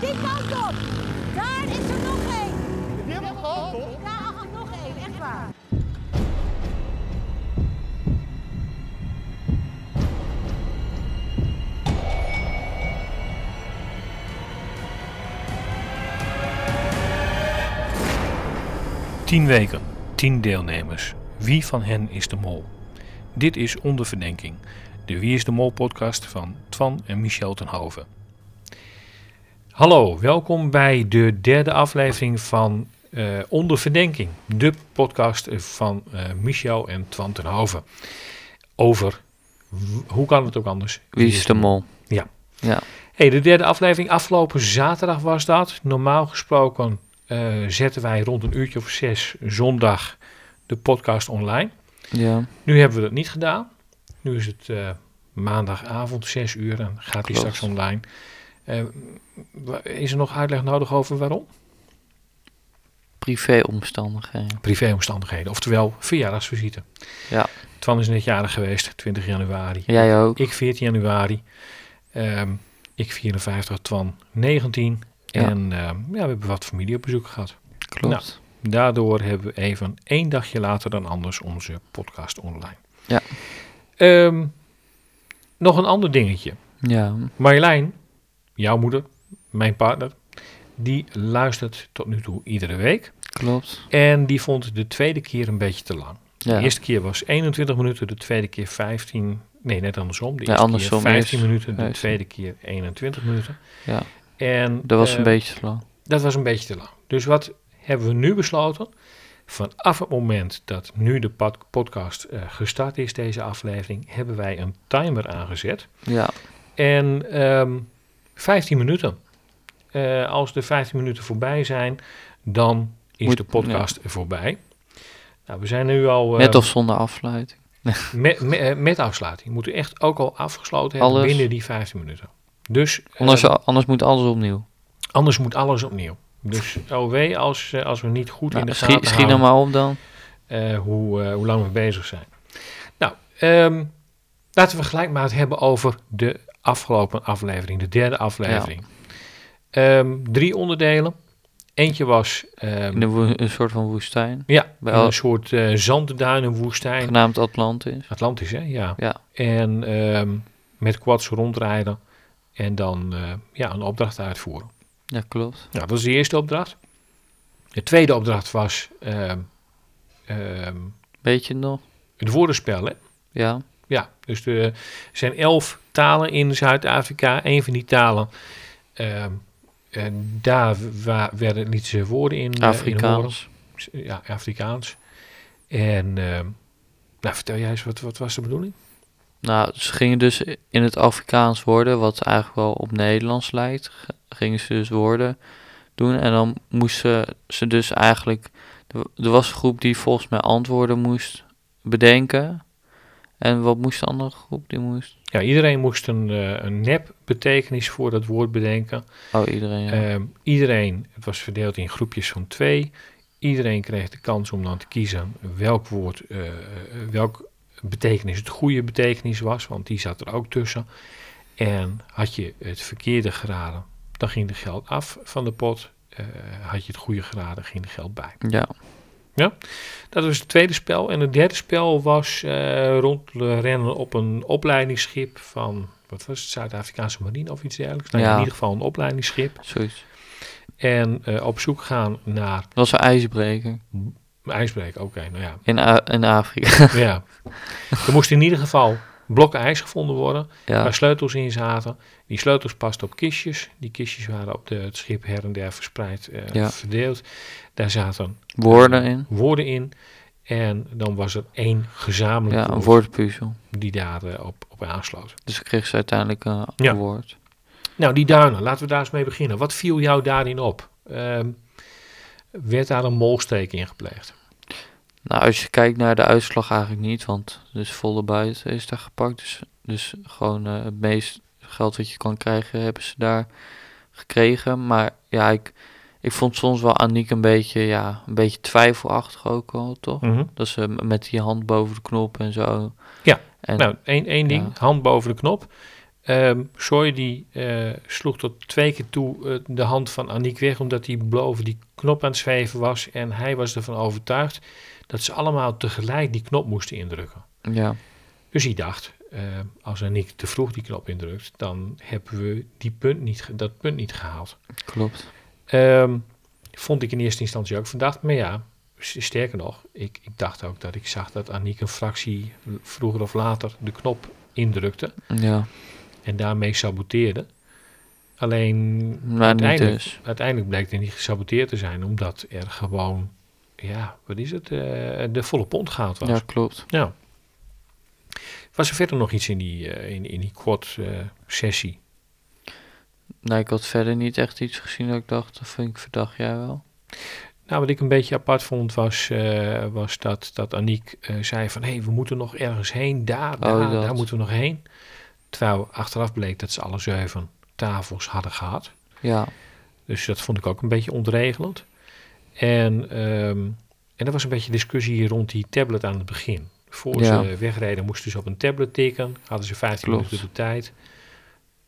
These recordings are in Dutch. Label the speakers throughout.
Speaker 1: Die kant op! Daar is er nog één!
Speaker 2: Die hebben we gehad, toch?
Speaker 1: Ja, ach, nog één, echt waar.
Speaker 3: Tien weken, tien deelnemers. Wie van hen is de mol? Dit is Onder Verdenking, de Wie is de Mol podcast van Twan en Michel ten Hoven. Hallo, welkom bij de derde aflevering van eh, Onder Verdenking, de podcast van eh, Michel en Twan ten Hoven. Over, w- hoe kan het ook anders?
Speaker 4: Wie is de mol?
Speaker 3: Ja.
Speaker 4: Ja.
Speaker 3: Hey, de derde aflevering, afgelopen zaterdag was dat. Normaal gesproken eh, zetten wij rond een uurtje of zes zondag de podcast online.
Speaker 4: Ja.
Speaker 3: Nu hebben we dat niet gedaan. Nu is het eh, maandagavond, zes uur en gaat die
Speaker 4: Klopt.
Speaker 3: straks online. Eh, wa- is er nog uitleg nodig over waarom?
Speaker 4: Privéomstandigheden.
Speaker 3: Privéomstandigheden, oftewel verjaardagsvisite.
Speaker 4: Ja.
Speaker 3: Twan is net jarig geweest, 20 januari.
Speaker 4: Jij ook.
Speaker 3: Ik 14 januari. Ehm, ik 54, Twan 19.
Speaker 4: Ja.
Speaker 3: En ehm, ja, we hebben wat familie op bezoek gehad.
Speaker 4: Klopt.
Speaker 3: Daardoor hebben we even één dagje later dan anders onze podcast online.
Speaker 4: Ja.
Speaker 3: Ehm, nog een ander dingetje.
Speaker 4: Ja.
Speaker 3: Marjolein, jouw moeder, mijn partner, die luistert tot nu toe iedere week.
Speaker 4: Klopt.
Speaker 3: En die vond de tweede keer een beetje te lang.
Speaker 4: Ja.
Speaker 3: De eerste keer was 21 minuten, de tweede keer 15. Nee, net andersom. De
Speaker 4: Ja,
Speaker 3: eerste
Speaker 4: andersom,
Speaker 3: keer 15
Speaker 4: eerst
Speaker 3: minuten, de
Speaker 4: 15.
Speaker 3: tweede keer 21 minuten.
Speaker 4: Ja.
Speaker 3: En
Speaker 4: Dat was
Speaker 3: eh,
Speaker 4: een beetje te lang.
Speaker 3: dat was een beetje te lang. Dus wat hebben we nu besloten? Vanaf het moment dat nu de pod- podcast eh, gestart is, deze aflevering, hebben wij een timer aangezet.
Speaker 4: Ja.
Speaker 3: En ehm 15 minuten. Eh, als de 15 minuten voorbij zijn, dan is
Speaker 4: Moet-
Speaker 3: de podcast voorbij. Nou, we zijn nu al... eh,
Speaker 4: Met of zonder afsluiting.
Speaker 3: met, me- eh, met afsluiting. Moeten echt ook al afgesloten hebben
Speaker 4: Alles.
Speaker 3: binnen die 15 minuten. Dus eh,
Speaker 4: Anders, anders moet alles opnieuw.
Speaker 3: anders moet alles opnieuw. Dus OW, als, eh, als we niet goed in
Speaker 4: Nou,
Speaker 3: de
Speaker 4: schi-
Speaker 3: gaten
Speaker 4: schiet er
Speaker 3: houden
Speaker 4: maar op dan.
Speaker 3: eh, hoe, eh, hoe lang we bezig zijn. Nou, ehm, laten we gelijk maar het hebben over de afgelopen aflevering, de derde aflevering. Ehm, drie onderdelen. Eentje was ehm,
Speaker 4: In een, woe- een soort van woestijn.
Speaker 3: ja,
Speaker 4: bij
Speaker 3: een
Speaker 4: elk-
Speaker 3: soort eh zandduinen, woestijn.
Speaker 4: Genaamd Atlantis.
Speaker 3: Atlantisch, hè? Ja.
Speaker 4: Ja.
Speaker 3: En ehm, met quads rondrijden en dan eh, ja, een opdracht uitvoeren.
Speaker 4: Ja, klopt.
Speaker 3: Nou, dat is de eerste opdracht. De tweede opdracht was ehm, ehm,
Speaker 4: Weet je het nog?
Speaker 3: het woordenspel, hè?
Speaker 4: Ja.
Speaker 3: Ja, dus de- er zijn elf talen in Zuid-Afrika. Een van die talen, ehm, en daar wa- werden, lieten ze woorden in. eh, in horen.
Speaker 4: Afrikaans.
Speaker 3: ja, Afrikaans. En, ehm, nou, vertel jij eens, wat, wat was de bedoeling?
Speaker 4: Nou, ze gingen dus in het Afrikaans woorden, wat eigenlijk wel op Nederlands lijkt, g- gingen ze dus woorden doen. En dan moesten ze dus eigenlijk, er wa- er was een groep die volgens mij antwoorden moest bedenken. En wat moest de andere groep die moest?
Speaker 3: Ja, iedereen moest een, eh, een nep betekenis voor dat woord bedenken.
Speaker 4: Oh, iedereen. Ja.
Speaker 3: Ehm, iedereen, het was verdeeld in groepjes van twee. Iedereen kreeg de kans om dan te kiezen welk woord, eh welk betekenis het goede betekenis was, want die zat er ook tussen. En had je het verkeerde geraden, dan ging de geld af van de pot. Eh, had je het goede geraden, ging de geld bij.
Speaker 4: ja.
Speaker 3: Dat was het tweede spel. En het derde spel was eh rondrennen op een opleidingsschip van, wat was het, Zuid-Afrikaanse marine of iets dergelijks. Nou, ja,
Speaker 4: Ja.
Speaker 3: in ieder geval een opleidingsschip.
Speaker 4: zoiets.
Speaker 3: En eh, op zoek gaan naar
Speaker 4: Dat was een ijsbreker
Speaker 3: een ijsbreker. Oké, nou ja.
Speaker 4: in, A- in Afrika.
Speaker 3: ja. Er moesten in ieder geval blokken ijs gevonden worden,
Speaker 4: ja.
Speaker 3: waar sleutels in zaten. Die sleutels pasten op kistjes. Die kistjes waren op de, het schip her en der verspreid eh,
Speaker 4: Ja.
Speaker 3: verdeeld. Daar zaten
Speaker 4: Woorden in.
Speaker 3: woorden in. En dan was er één gezamenlijk
Speaker 4: Ja, een
Speaker 3: woord.
Speaker 4: woordpuzzel.
Speaker 3: die daar eh, op, op aansloot.
Speaker 4: Dus dan kreeg ze uiteindelijk een
Speaker 3: Ja.
Speaker 4: woord.
Speaker 3: Nou, die duinen, laten we daar eens mee beginnen. Wat viel jou daarin op? Ehm, werd daar een molsteek in gepleegd?
Speaker 4: Nou, als je kijkt naar de uitslag eigenlijk niet, want dus volle buiten is daar gepakt. Dus, dus gewoon eh, het meest geld wat je kan krijgen hebben ze daar gekregen. Maar ja, ik, ik vond soms wel Aniek een beetje, ja, een beetje twijfelachtig ook al, toch? Dat ze m- met die hand boven de knop en zo.
Speaker 3: Ja,
Speaker 4: en,
Speaker 3: Nou, één, één ding,
Speaker 4: Ja.
Speaker 3: hand boven de knop. Ehm Soy die eh, sloeg tot twee keer toe eh, de hand van Aniek weg, omdat hij boven die knop aan het zweven was. En hij was ervan overtuigd dat ze allemaal tegelijk die knop moesten indrukken.
Speaker 4: Ja,
Speaker 3: Dus hij dacht, eh, als Aniek te vroeg die knop indrukt, dan hebben we die punt niet, ge- dat punt niet gehaald.
Speaker 4: klopt.
Speaker 3: Ehm, vond ik in eerste instantie ook verdacht. Maar ja, s- sterker nog, ik, ik dacht ook dat ik zag dat Aniek een fractie vroeger of later de knop indrukte
Speaker 4: Ja,
Speaker 3: en daarmee saboteerde. Alleen
Speaker 4: maar niet
Speaker 3: uiteindelijk,
Speaker 4: dus.
Speaker 3: uiteindelijk bleek hij niet gesaboteerd te zijn, omdat er gewoon, ja, wat is het, eh, de volle pond gehaald was.
Speaker 4: Ja, klopt.
Speaker 3: Ja. Was er verder nog iets in die, eh, in, in die quad eh, sessie?
Speaker 4: Nee, Nou, ik had verder niet echt iets gezien dat ik dacht, dat vind ik verdacht, jij wel.
Speaker 3: Nou, wat ik een beetje apart vond was, eh, was dat, dat Aniek eh, zei van... hé, hey, we moeten nog ergens heen, daar, daar,
Speaker 4: Oh, dat.
Speaker 3: daar moeten we nog heen. Terwijl achteraf bleek dat ze alle zeven tafels hadden gehad.
Speaker 4: Ja,
Speaker 3: Dus dat vond ik ook een beetje ontregelend. En, ehm, en er was een beetje discussie hier rond die tablet aan het begin. Voor
Speaker 4: Ja.
Speaker 3: ze wegreden moesten ze op een tablet tikken. Hadden ze 15
Speaker 4: Klopt.
Speaker 3: minuten de tijd.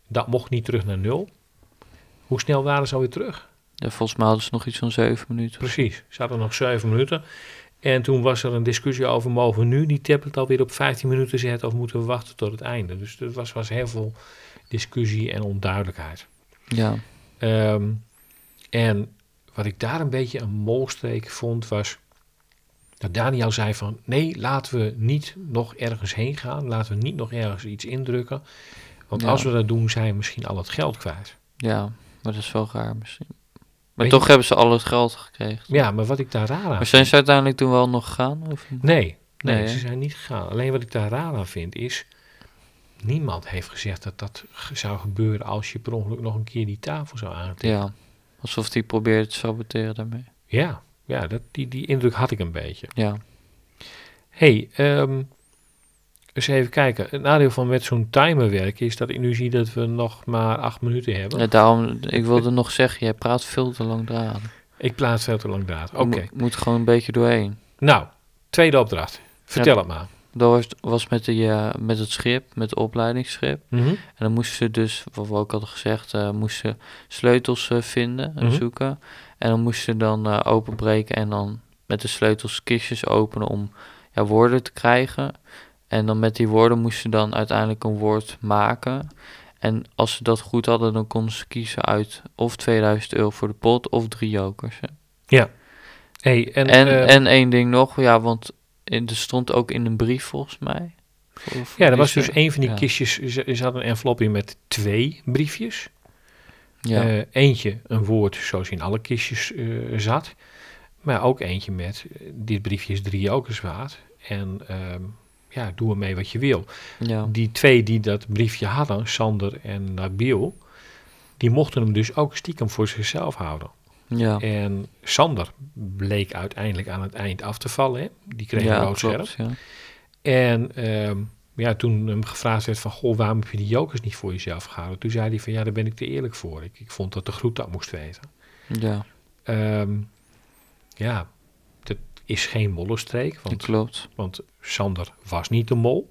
Speaker 3: Dat mocht niet terug naar nul. Hoe snel waren ze alweer terug?
Speaker 4: ja, volgens mij hadden ze nog iets van zeven minuten.
Speaker 3: Precies, ze hadden nog 7 minuten. En toen was er een discussie over... mogen we nu die tablet alweer op 15 minuten zetten... of moeten we wachten tot het einde? Dus er was, was heel veel discussie en onduidelijkheid.
Speaker 4: Ja,
Speaker 3: Ehm, en wat ik daar een beetje een molstreek vond, was dat Daniel zei van... nee, laten we niet nog ergens heen gaan. Laten we niet nog ergens iets indrukken. Want
Speaker 4: Ja.
Speaker 3: als we dat doen, zijn we misschien al het geld kwijt.
Speaker 4: ja, maar dat is wel raar misschien. Maar
Speaker 3: Weet
Speaker 4: toch
Speaker 3: je-
Speaker 4: hebben ze al het geld gekregen.
Speaker 3: Ja, maar wat ik daar raar aan
Speaker 4: Maar zijn ze uiteindelijk toen wel nog gegaan? Of niet?
Speaker 3: Nee, nee,
Speaker 4: Nee, hè?
Speaker 3: ze zijn niet gegaan. Alleen wat ik daar raar aan vind is... niemand heeft gezegd dat dat ge- zou gebeuren... als je per ongeluk nog een keer die tafel zou aantikken.
Speaker 4: Ja, alsof die probeert te saboteren daarmee.
Speaker 3: Ja, ja dat, die, die indruk had ik een beetje.
Speaker 4: Ja,
Speaker 3: Hé, hey, ehm, eens even kijken. Het nadeel van met zo'n timer werken is dat ik nu zie dat we nog maar acht minuten hebben.
Speaker 4: ja daarom, ik wilde nog zeggen, jij praat veel te lang eraan.
Speaker 3: Ik plaats veel te lang draad. Oké.
Speaker 4: Je moet- moet gewoon een beetje doorheen.
Speaker 3: Nou, tweede opdracht. Vertel het maar.
Speaker 4: Dat was, was met, die, eh, met het schip, met het opleidingsschip.
Speaker 3: Mhm.
Speaker 4: En dan moesten ze dus, wat we ook hadden gezegd, eh, moesten ze sleutels eh, vinden en
Speaker 3: Mhm.
Speaker 4: zoeken. En dan moesten ze dan eh, openbreken en dan met de sleutels kistjes openen om ja, woorden te krijgen. En dan met die woorden moesten ze dan uiteindelijk een woord maken. En als ze dat goed hadden, dan konden ze kiezen uit of 2000 euro voor de pot of drie jokers. hè.
Speaker 3: Hey, en,
Speaker 4: En, en,
Speaker 3: eh,
Speaker 4: één ding nog, ja, want in- er stond ook in een brief volgens mij. Of
Speaker 3: ja, er was
Speaker 4: is
Speaker 3: dus één van die
Speaker 4: ja.
Speaker 3: kistjes. Er zat een envelop in met twee briefjes.
Speaker 4: Ja,
Speaker 3: Eh, eentje een woord zoals in alle kistjes eh, zat. Maar ook eentje met eh, dit briefje is drie jokers waard. En ehm, ja, doe ermee wat je wil.
Speaker 4: ja,
Speaker 3: Die twee die dat briefje hadden, Sander en Nabil, die mochten hem dus ook stiekem voor zichzelf houden.
Speaker 4: ja.
Speaker 3: En Sander bleek uiteindelijk aan het eind af te vallen. Hè? Die kreeg
Speaker 4: ja,
Speaker 3: een rood scherm.
Speaker 4: klopt, ja.
Speaker 3: En ehm, ja, toen hem gevraagd werd van, goh, waarom heb je die jokers niet voor jezelf gehouden? Toen zei hij van, ja, daar ben ik te eerlijk voor. Ik, ik vond dat de groet dat moest weten.
Speaker 4: Ja,
Speaker 3: Ehm, ja, dat is geen mollenstreek,
Speaker 4: dat
Speaker 3: want
Speaker 4: klopt.
Speaker 3: Want Sander was niet de mol.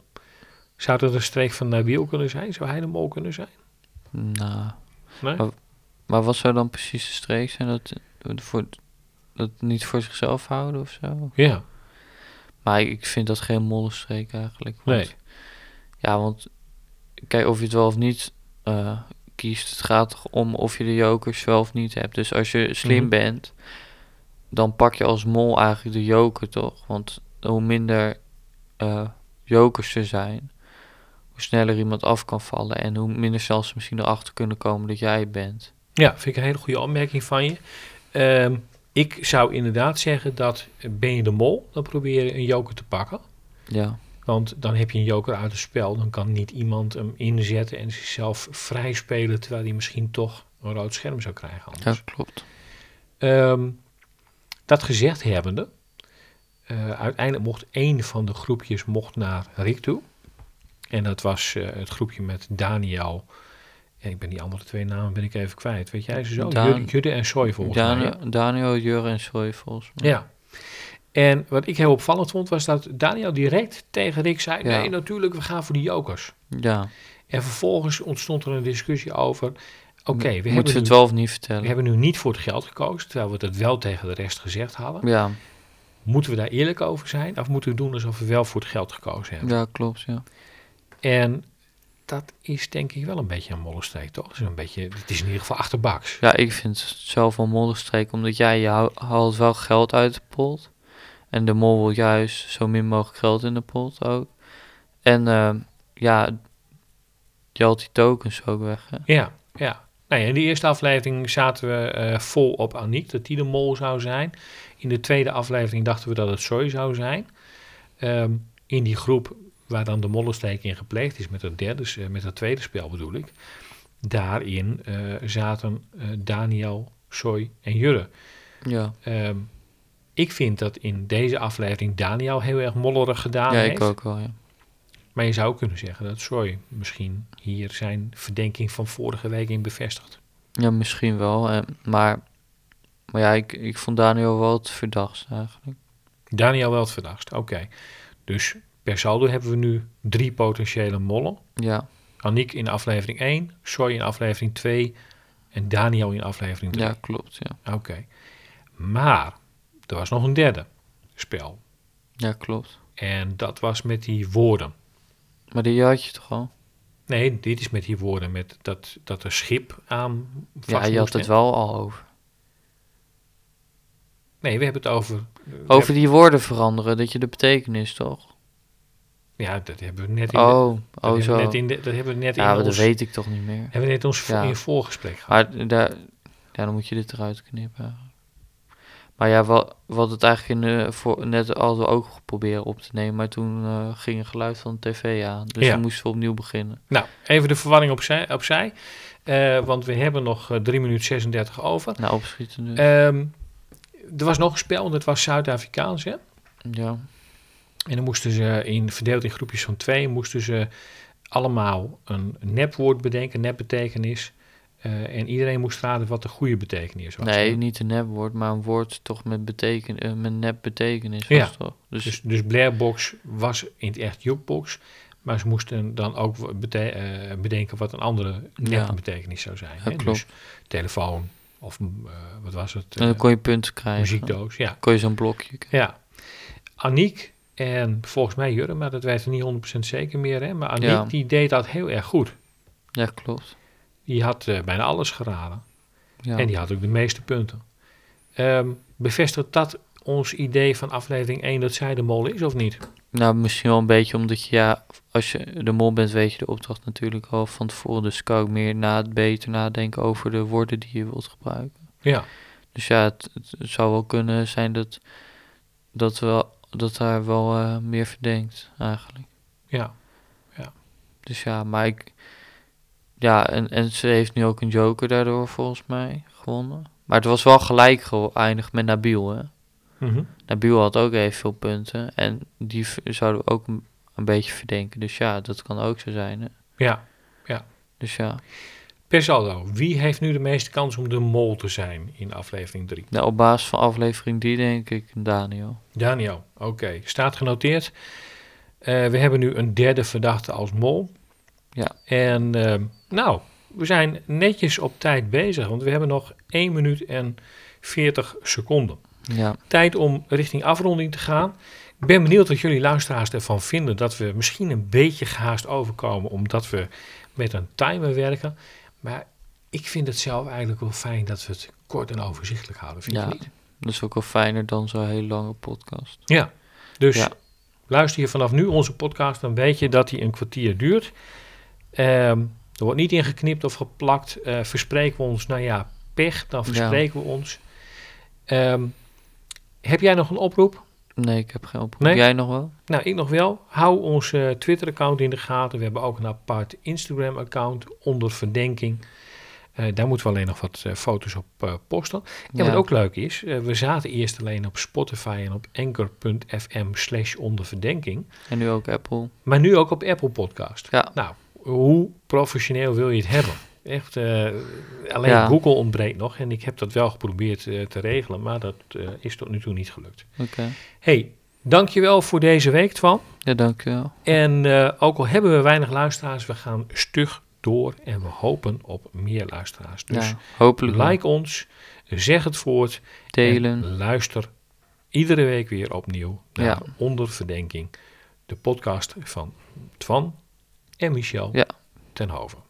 Speaker 3: Zou dat een streek van Nabil kunnen zijn? Zou hij de mol kunnen zijn?
Speaker 4: Nou,
Speaker 3: Nee?
Speaker 4: Oh. maar wat zou dan precies de streek zijn? Dat, dat voor, dat niet voor zichzelf houden of zo?
Speaker 3: Ja,
Speaker 4: Maar ik, ik vind dat geen molle streek eigenlijk. want-
Speaker 3: nee.
Speaker 4: Ja, want kijk of je het wel of niet eh, kiest. Het gaat toch om of je de jokers wel of niet hebt. Dus als je slim
Speaker 3: Mhm.
Speaker 4: bent, dan pak je als mol eigenlijk de joker toch? Want hoe minder eh, jokers er zijn, hoe sneller iemand af kan vallen. En hoe minder zelfs misschien erachter kunnen komen dat jij het bent.
Speaker 3: Ja, vind ik een hele goede opmerking van je. Ehm, ik zou inderdaad zeggen dat eh, ben je de mol, dan probeer je een joker te pakken.
Speaker 4: Ja,
Speaker 3: Want dan heb je een joker uit het spel. Dan kan niet iemand hem inzetten en zichzelf vrij spelen, terwijl hij misschien toch een rood scherm zou krijgen. Anders.
Speaker 4: ja klopt.
Speaker 3: Ehm, dat gezegd hebbende, eh, uiteindelijk mocht één van de groepjes mocht naar Rick toe. En dat was eh, het groepje met Daniel. En ik ben die andere twee namen ben ik even kwijt. Weet jij ze zo?
Speaker 4: Dan-
Speaker 3: Judde, Judde en Soy volgens mij. hè?
Speaker 4: Daniel, Daniel, Jurre en Soy volgens mij.
Speaker 3: Ja. En wat ik heel opvallend vond, was dat Daniel direct tegen Rick zei...
Speaker 4: Ja.
Speaker 3: Nee, natuurlijk, we gaan voor die jokers.
Speaker 4: Ja,
Speaker 3: En vervolgens ontstond er een discussie over, oké, we,
Speaker 4: Moeten
Speaker 3: hebben
Speaker 4: ze het
Speaker 3: nu-
Speaker 4: wel of niet
Speaker 3: we
Speaker 4: vertellen?
Speaker 3: hebben nu niet voor het geld gekozen, terwijl we dat wel tegen de rest gezegd hadden.
Speaker 4: Ja,
Speaker 3: Moeten we daar eerlijk over zijn of moeten we doen alsof we wel voor het geld gekozen hebben?
Speaker 4: ja, klopt. Ja.
Speaker 3: En dat is denk ik wel een beetje een molle streek, toch? Het is, een beetje, het is in ieder geval achterbaks.
Speaker 4: ja, ik vind het zelf wel mollig streek, omdat jij je hou- haalt wel geld uit de pot. En de mol wil juist zo min mogelijk geld in de pot ook. En ehm, ja, je haalt die tokens ook weg. Hè?
Speaker 3: Ja, ja. Nou ja, in de eerste aflevering zaten we eh, vol op Aniek, dat die de mol zou zijn. In de tweede aflevering dachten we dat het Soy zou zijn. Ehm, in die groep waar dan de mollensteek in gepleegd is, met het, derde, s- eh, met het tweede spel bedoel ik. Daarin eh, zaten eh, Daniel, Soy en Jurre.
Speaker 4: Ja,
Speaker 3: Ehm, ik vind dat in deze aflevering Daniel heel erg mollerig gedaan
Speaker 4: ja
Speaker 3: heeft.
Speaker 4: ik ook wel. Ja.
Speaker 3: Maar je zou ook kunnen zeggen dat Soy misschien hier zijn verdenking van vorige week in bevestigt.
Speaker 4: Ja, misschien wel. eh, maar, maar ja, ik, ik vond Daniel wel het verdachtst eigenlijk.
Speaker 3: Daniel wel het verdachtst. Oké. Dus per saldo hebben we nu drie potentiële mollen.
Speaker 4: Ja,
Speaker 3: Aniek in aflevering 1, Soy in aflevering 2 en Daniel in aflevering 3.
Speaker 4: ja klopt. Ja.
Speaker 3: Oké. Maar er was nog een derde spel.
Speaker 4: ja, klopt.
Speaker 3: En dat was met die woorden.
Speaker 4: Maar die had je toch al?
Speaker 3: Nee, dit is met die woorden. Met dat, dat er schip aan vast
Speaker 4: Ja, je had
Speaker 3: moest,
Speaker 4: het
Speaker 3: hè?
Speaker 4: wel al over.
Speaker 3: Nee, we hebben het over... we
Speaker 4: Over die woorden veranderen, dat je de betekenis toch?
Speaker 3: hebben- ja, dat hebben we net in de-
Speaker 4: Oh,
Speaker 3: Dat
Speaker 4: oh
Speaker 3: hebben we
Speaker 4: zo.
Speaker 3: net in de- dat hebben we net
Speaker 4: Ja,
Speaker 3: in
Speaker 4: maar dat
Speaker 3: ons,
Speaker 4: weet ik toch niet meer.
Speaker 3: hebben we net ons vo-
Speaker 4: Ja.
Speaker 3: in het voorgesprek gehad.
Speaker 4: Maar daar, ja, dan moet je dit eruit knippen. Maar ja, wat, wat het eigenlijk in de, voor, net hadden we ook proberen op te nemen. Maar toen eh, ging een geluid van de tv aan. Dus
Speaker 3: Ja.
Speaker 4: dan moesten we opnieuw beginnen.
Speaker 3: Nou, even de verwarring opzij. opzij eh, want we hebben nog eh, 3 minuten 36 over.
Speaker 4: Nou, opschieten dus.
Speaker 3: Ehm, er was nog een spel, en dat was Zuid-Afrikaans. hè?
Speaker 4: ja.
Speaker 3: En dan moesten ze, in, verdeeld in groepjes van twee, moesten ze allemaal een nepwoord bedenken, een nepbetekenis. Eh, en iedereen moest raden wat de goede betekenis was.
Speaker 4: Nee, niet een nepwoord, maar een woord toch met, beteken, eh, met nep betekenis
Speaker 3: Ja.
Speaker 4: was het toch? Dus,
Speaker 3: Dus, dus Blairbox was in het echt jukebox. Maar ze moesten dan ook w- bete- eh, bedenken wat een andere nette
Speaker 4: Ja.
Speaker 3: betekenis zou zijn.
Speaker 4: Ja,
Speaker 3: hè?
Speaker 4: klopt.
Speaker 3: Dus telefoon of mm, eh, wat was het?
Speaker 4: en dan
Speaker 3: Eh,
Speaker 4: kon je punten krijgen.
Speaker 3: muziekdoos, ja.
Speaker 4: Kon je zo'n blokje krijgen.
Speaker 3: ja. Aniek en volgens mij Jurre, maar dat weten we niet 100% zeker meer. Hè? Maar Aniek
Speaker 4: Ja.
Speaker 3: die deed dat heel erg goed.
Speaker 4: Ja, klopt.
Speaker 3: Die had eh, bijna alles geraden.
Speaker 4: Ja.
Speaker 3: En die had ook de meeste punten. Ehm, bevestigt dat ons idee van aflevering 1 dat zij de mol is of niet?
Speaker 4: Nou, misschien wel een beetje omdat je, ja, als je de mol bent, weet je de opdracht natuurlijk al van tevoren. Dus kan ook meer na, beter nadenken over de woorden die je wilt gebruiken.
Speaker 3: Ja.
Speaker 4: Dus ja, het, het zou wel kunnen zijn dat, dat, wel, dat daar wel eh, meer verdenkt eigenlijk.
Speaker 3: Ja.
Speaker 4: Dus ja, maar ik. Ja, en, en ze heeft nu ook een joker daardoor volgens mij gewonnen. Maar het was wel gelijk geëindigd met Nabil, hè?
Speaker 3: Mhm.
Speaker 4: Nabil had ook even veel punten. En die v- zouden we ook een, een beetje verdenken. Dus ja, dat kan ook zo zijn, hè?
Speaker 3: Ja.
Speaker 4: Dus ja,
Speaker 3: Per saldo, wie heeft nu de meeste kans om de mol te zijn in aflevering 3?
Speaker 4: nou, op basis van aflevering 3 denk ik Daniel.
Speaker 3: Daniel, oké, staat genoteerd. Eh, we hebben nu een derde verdachte als mol.
Speaker 4: Ja.
Speaker 3: En ehm, nou, we zijn netjes op tijd bezig, want we hebben nog 1 minuut en 40 seconden.
Speaker 4: Ja,
Speaker 3: Tijd om richting afronding te gaan. Ik ben benieuwd wat jullie luisteraars ervan vinden dat we misschien een beetje gehaast overkomen omdat we met een timer werken. Maar ik vind het zelf eigenlijk wel fijn dat we het kort en overzichtelijk houden, vind
Speaker 4: Ja.
Speaker 3: je niet?
Speaker 4: dat is ook wel fijner dan zo'n hele lange podcast.
Speaker 3: Ja. Dus
Speaker 4: Ja.
Speaker 3: luister je vanaf nu onze podcast, dan weet je dat die een kwartier duurt. Ehm, er wordt niet ingeknipt of geplakt. Eh, verspreken we ons, nou ja, pech, dan
Speaker 4: Ja.
Speaker 3: verspreken we ons. Ehm, heb jij nog een oproep?
Speaker 4: Nee, ik heb geen oproep.
Speaker 3: Nee?
Speaker 4: Jij nog wel?
Speaker 3: Nou, ik nog wel. Hou ons eh, Twitter-account in de gaten. We hebben ook een apart Instagram-account onder verdenking. Eh, daar moeten we alleen nog wat eh, foto's op eh, posten. En wat ook leuk is, eh, we zaten eerst alleen op Spotify en op anchor.fm slash onder verdenking.
Speaker 4: En nu ook Apple.
Speaker 3: Maar nu ook op Apple Podcast.
Speaker 4: Ja.
Speaker 3: Nou, hoe professioneel wil je het hebben? Echt, eh, alleen
Speaker 4: Ja.
Speaker 3: Google ontbreekt nog. En ik heb dat wel geprobeerd eh, te regelen, maar dat eh, is tot nu toe niet gelukt.
Speaker 4: Oké.
Speaker 3: Hey, Dankjewel voor deze week, Twan.
Speaker 4: Ja, dankjewel.
Speaker 3: En eh, ook al hebben we weinig luisteraars, we gaan stug door en we hopen op meer luisteraars. Dus
Speaker 4: ja, hopelijk wel.
Speaker 3: like ons, zeg het voort
Speaker 4: delen.
Speaker 3: en luister iedere week weer opnieuw naar
Speaker 4: Ja.
Speaker 3: Onder Verdenking, de podcast van Twan en Michel
Speaker 4: Ja.
Speaker 3: ten Hoven.